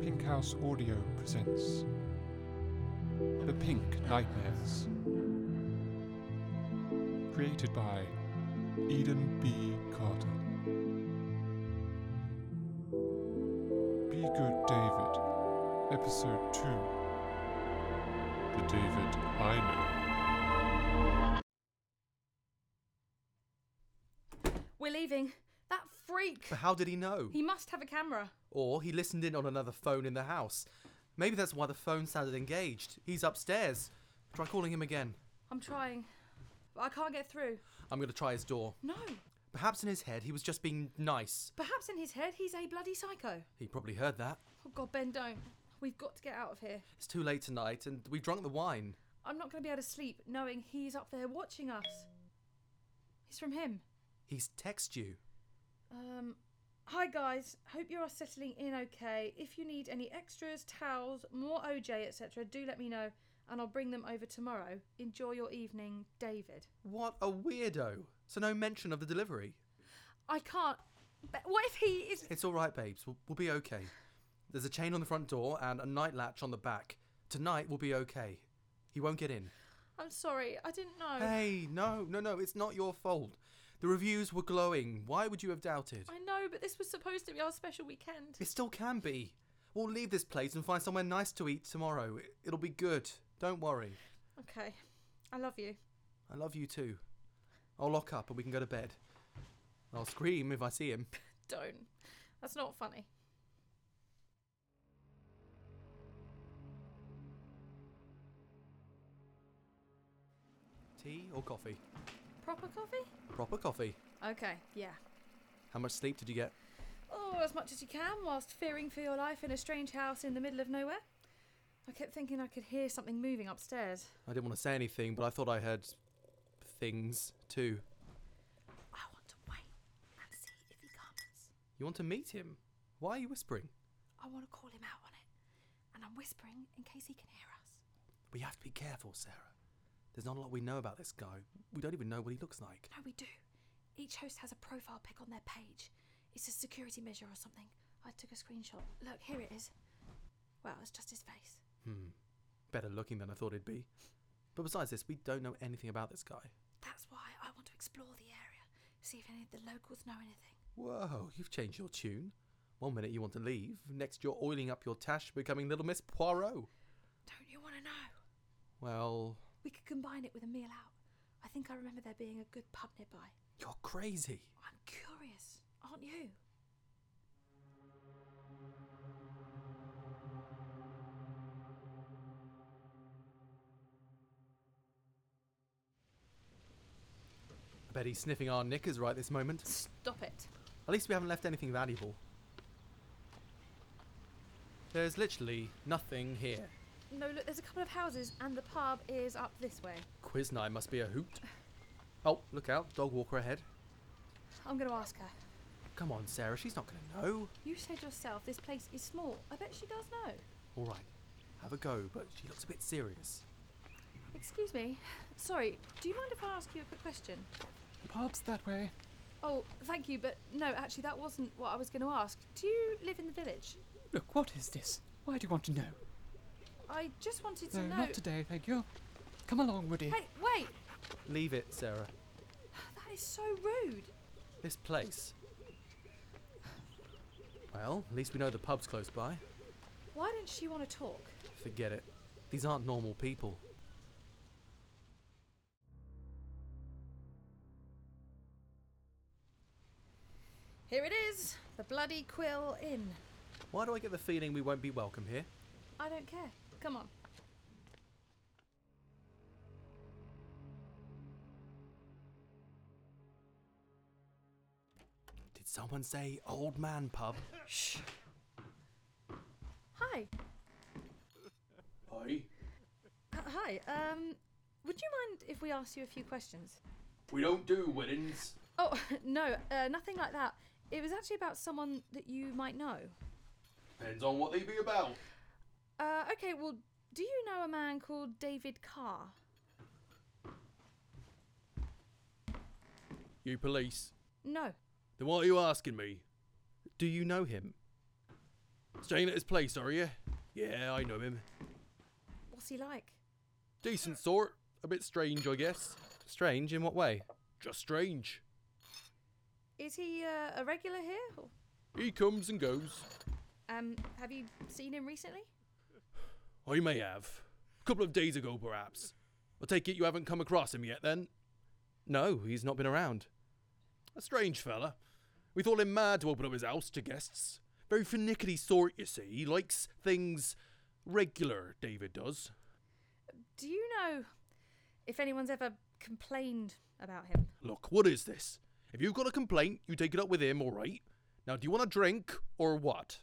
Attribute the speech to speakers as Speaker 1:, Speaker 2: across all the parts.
Speaker 1: Playhouse Audio presents The Pink Nightmares. Created by Eden B. Carter. Be Good David, Episode 2 The David I
Speaker 2: We're leaving. That freak.
Speaker 3: But how did he know?
Speaker 2: He must have a camera.
Speaker 3: Or he listened in on another phone in the house. Maybe that's why the phone sounded engaged. He's upstairs. Try calling him again.
Speaker 2: I'm trying. But I can't get through.
Speaker 3: I'm going to try his door.
Speaker 2: No.
Speaker 3: Perhaps in his head he was just being nice.
Speaker 2: Perhaps in his head he's a bloody psycho.
Speaker 3: He probably heard that.
Speaker 2: Oh god, Ben, don't. We've got to get out of here.
Speaker 3: It's too late tonight and we drunk the wine.
Speaker 2: I'm not going to be able to sleep knowing he's up there watching us. It's from him.
Speaker 3: He's text you.
Speaker 2: Um, hi guys. Hope you are settling in okay. If you need any extras, towels, more OJ, etc., do let me know and I'll bring them over tomorrow. Enjoy your evening, David.
Speaker 3: What a weirdo. So no mention of the delivery.
Speaker 2: I can't. But what if he is
Speaker 3: It's all right, babes. We'll, we'll be okay. There's a chain on the front door and a night latch on the back. Tonight we'll be okay. He won't get in.
Speaker 2: I'm sorry, I didn't know.
Speaker 3: Hey, no, no, no, it's not your fault. The reviews were glowing. Why would you have doubted?
Speaker 2: I know, but this was supposed to be our special weekend.
Speaker 3: It still can be. We'll leave this place and find somewhere nice to eat tomorrow. It- It'll be good. Don't worry.
Speaker 2: Okay, I love you.
Speaker 3: I love you too. I'll lock up and we can go to bed. I'll scream if I see him.
Speaker 2: Don't. That's not funny.
Speaker 3: Tea or coffee?
Speaker 2: Proper coffee?
Speaker 3: Proper coffee.
Speaker 2: Okay, yeah.
Speaker 3: How much sleep did you get?
Speaker 2: Oh, as much as you can whilst fearing for your life in a strange house in the middle of nowhere. I kept thinking I could hear something moving upstairs.
Speaker 3: I didn't want to say anything, but I thought I heard things too.
Speaker 2: I want to wait and see if he comes.
Speaker 3: You want to meet him? Why are you whispering?
Speaker 2: I want to call him out on it. And I'm whispering in case he can hear us.
Speaker 3: We have to be careful, Sarah. There's not a lot we know about this guy. We don't even know what he looks like.
Speaker 2: No, we do. Each host has a profile pic on their page. It's a security measure or something. I took a screenshot. Look, here it is. Well, it's just his face.
Speaker 3: Hmm. Better looking than I thought he'd be. But besides this, we don't know anything about this guy.
Speaker 2: That's why I want to explore the area, see if any of the locals know anything.
Speaker 3: Whoa, you've changed your tune. One minute you want to leave, next you're oiling up your tash, becoming Little Miss Poirot.
Speaker 2: Don't you want to know?
Speaker 3: Well,
Speaker 2: We could combine it with a meal out. I think I remember there being a good pub nearby.
Speaker 3: you're crazy.
Speaker 2: I'm curious, aren't you?
Speaker 3: I bet he's sniffing our knickers right this moment.
Speaker 2: Stop it.
Speaker 3: At least we haven't left anything valuable. There's literally nothing here.
Speaker 2: No, look, there's a couple of houses, and the pub is up this way.
Speaker 3: Quiz night must be a hoot. Oh, look out, dog walker ahead.
Speaker 2: I'm going to ask her.
Speaker 3: Come on, Sarah, she's not gonna know.
Speaker 2: You said yourself this place is small. I bet she does know.
Speaker 3: Alright, have a go, but she looks a bit serious.
Speaker 2: Excuse me. Sorry, do you mind if I ask you a quick question?
Speaker 1: Know. Pub's that way.
Speaker 2: Oh, thank you, but no, actually, that wasn't what I was going to ask. Do you live in the village?
Speaker 4: Look, what is this? Why do you want to know?
Speaker 2: I just wanted to
Speaker 4: No,
Speaker 2: know.
Speaker 4: not today, thank you. Come along, Woody.
Speaker 2: Hey, wait!
Speaker 3: Leave it, Sarah.
Speaker 2: That is so rude.
Speaker 3: This place. Well, at least we know the pub's close by.
Speaker 2: Why didn't she want to talk?
Speaker 3: Forget it. These aren't normal people.
Speaker 2: Here it is, the bloody Quill Inn.
Speaker 3: Why do I get the feeling we won't be welcome here?
Speaker 2: I don't care. Come on.
Speaker 3: Did someone say old man pub?
Speaker 2: Shh. Hi.
Speaker 5: Hi.
Speaker 2: Uh, hi. Um, would you mind if we asked you a few questions?
Speaker 5: We don't do weddings.
Speaker 2: Oh, no, uh, nothing like that. It was actually about someone that you might know.
Speaker 5: Depends on what they be about.
Speaker 2: Uh, okay, well, do you know a man called David Carr?
Speaker 5: You police.
Speaker 2: No.
Speaker 5: Then why are you asking me?
Speaker 3: Do you know him?
Speaker 5: Staying at his place, are you?
Speaker 3: Yeah, I know him.
Speaker 2: What's he like?
Speaker 3: Decent sort. A bit strange, I guess. Strange in what way? Just strange.
Speaker 2: Is he uh, a regular here? Or,
Speaker 3: He comes and goes.
Speaker 2: um, have you seen him recently?
Speaker 3: I may have. A couple of days ago, perhaps. I take it you haven't come across him yet, then? No, he's not been around. A strange fella. We thought him mad to open up his house to guests. Very finickety sort, you see. He likes things regular, David does.
Speaker 2: Do you know if anyone's ever complained about him?
Speaker 3: Look, what is this? If you've got a complaint, you take it up with him, all right? Now, do you want a drink or what?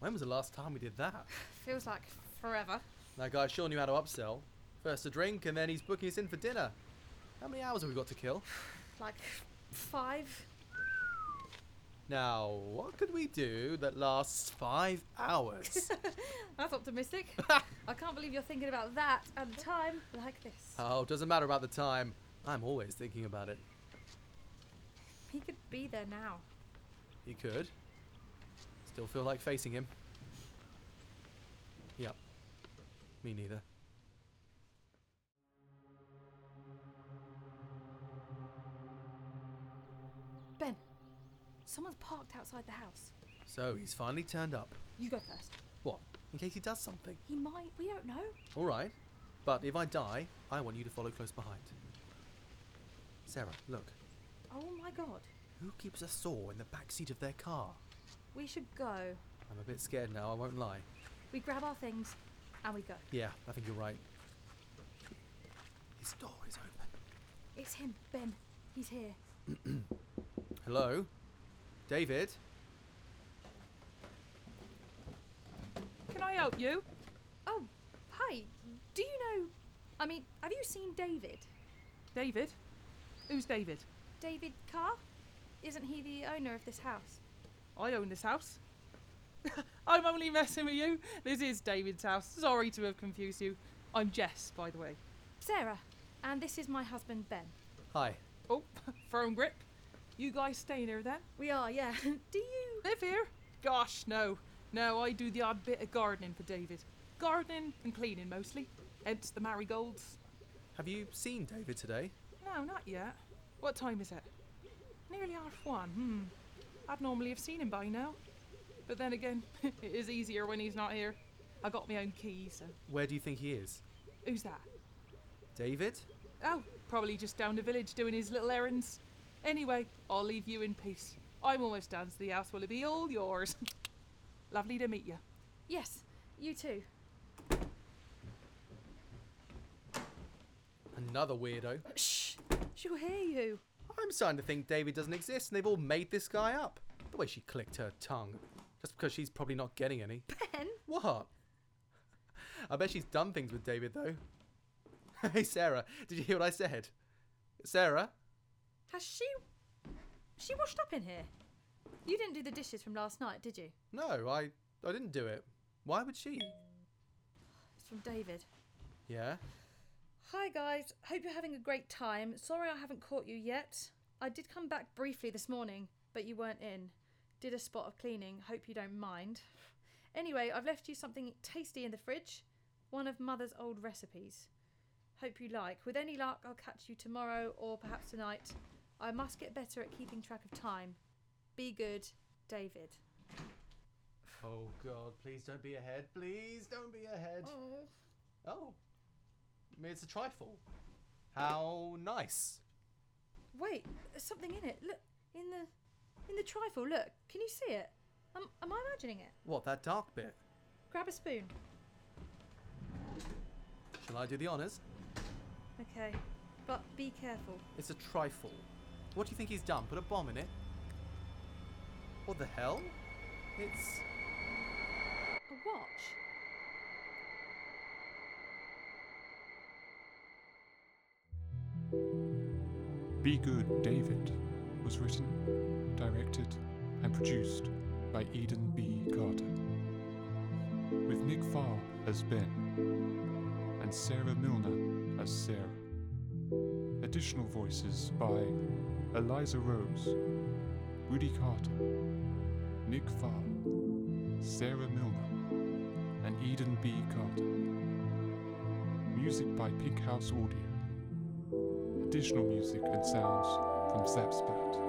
Speaker 3: When was the last time we did that?
Speaker 2: Feels like forever.
Speaker 3: That guy sure knew how to upsell. First a drink, and then he's booking us in for dinner. How many hours have we got to kill?
Speaker 2: Like five.
Speaker 3: Now, what could we do that lasts five hours?
Speaker 2: That's optimistic. I can't believe you're thinking about that at a time like this.
Speaker 3: oh, doesn't matter about the time. I'm always thinking about it.
Speaker 2: He could be there now.
Speaker 3: He could. Still feel like facing him. Yep. Me neither.
Speaker 2: Ben, someone's parked outside the house.
Speaker 3: So he's finally turned up.
Speaker 2: You go first.
Speaker 3: What? In case he does something.
Speaker 2: He might. We don't know.
Speaker 3: Alright. But if I die, I want you to follow close behind. Sarah, look.
Speaker 2: Oh my god.
Speaker 3: Who keeps a saw in the back seat of their car?
Speaker 2: We should go.
Speaker 3: I'm a bit scared now, I won't lie.
Speaker 2: We grab our things and we go.
Speaker 3: Yeah, I think you're right. His door is open.
Speaker 2: It's him, Ben. He's here.
Speaker 3: Hello? David?
Speaker 6: Can I help you?
Speaker 2: Oh, hi. Do you know? I mean, have you seen David?
Speaker 6: David? Who's David?
Speaker 2: David Carr? Isn't he the owner of this house?
Speaker 6: I own this house. I'm only messing with you. This is David's house. Sorry to have confused you. I'm Jess, by the way.
Speaker 2: Sarah. And this is my husband, Ben.
Speaker 3: Hi.
Speaker 6: Oh, firm grip. You guys stay here then?
Speaker 2: We are, yeah. Do you?
Speaker 6: Live here? Gosh, no. No, I do the odd bit of gardening for David. Gardening and cleaning mostly. Hence the marigolds.
Speaker 3: Have you seen David today?
Speaker 6: No, not yet. What time is it? Nearly half one. Hmm. I'd normally have seen him by now. But then again, it is easier when he's not here. I got my own key, so.
Speaker 3: Where do you think he is?
Speaker 6: Who's that?
Speaker 3: David?
Speaker 6: Oh, probably just down the village doing his little errands. Anyway, I'll leave you in peace. I'm almost down to the house. Will it be all yours? Lovely to meet you.
Speaker 2: Yes, you too.
Speaker 3: Another weirdo.
Speaker 2: Shh. She'll hear you.
Speaker 3: I'm starting to think David doesn't exist and they've all made this guy up. The way she clicked her tongue. Just because she's probably not getting any.
Speaker 2: Ben?
Speaker 3: What? I bet she's done things with David, though. hey, Sarah, did you hear what I said? Sarah?
Speaker 2: Has she. She washed up in here? You didn't do the dishes from last night, did you?
Speaker 3: No, I, I didn't do it. Why would she?
Speaker 2: It's from David.
Speaker 3: Yeah?
Speaker 2: Hi, guys. Hope you're having a great time. Sorry I haven't caught you yet. I did come back briefly this morning, but you weren't in. Did a spot of cleaning. Hope you don't mind. Anyway, I've left you something tasty in the fridge. One of Mother's old recipes. Hope you like. With any luck, I'll catch you tomorrow or perhaps tonight. I must get better at keeping track of time. Be good, David.
Speaker 3: Oh, God, please don't be ahead. Please don't be ahead.
Speaker 2: Oh.
Speaker 3: Oh. I mean, it's a trifle. How nice.
Speaker 2: Wait, there's something in it. Look, in the in the trifle. Look, can you see it? Am, am I imagining it?
Speaker 3: What, that dark bit?
Speaker 2: Grab a spoon.
Speaker 3: Shall I do the honours?
Speaker 2: Okay, but be careful.
Speaker 3: It's a trifle. What do you think he's done? Put a bomb in it? What the hell? It's.
Speaker 2: A watch.
Speaker 1: Be Good David was written, directed, and produced by Eden B. Carter. With Nick Farr as Ben and Sarah Milner as Sarah. Additional voices by Eliza Rose, Woody Carter, Nick Farr, Sarah Milner, and Eden B. Carter. Music by Pink House Audio. Additional music and sounds from Zapsplat.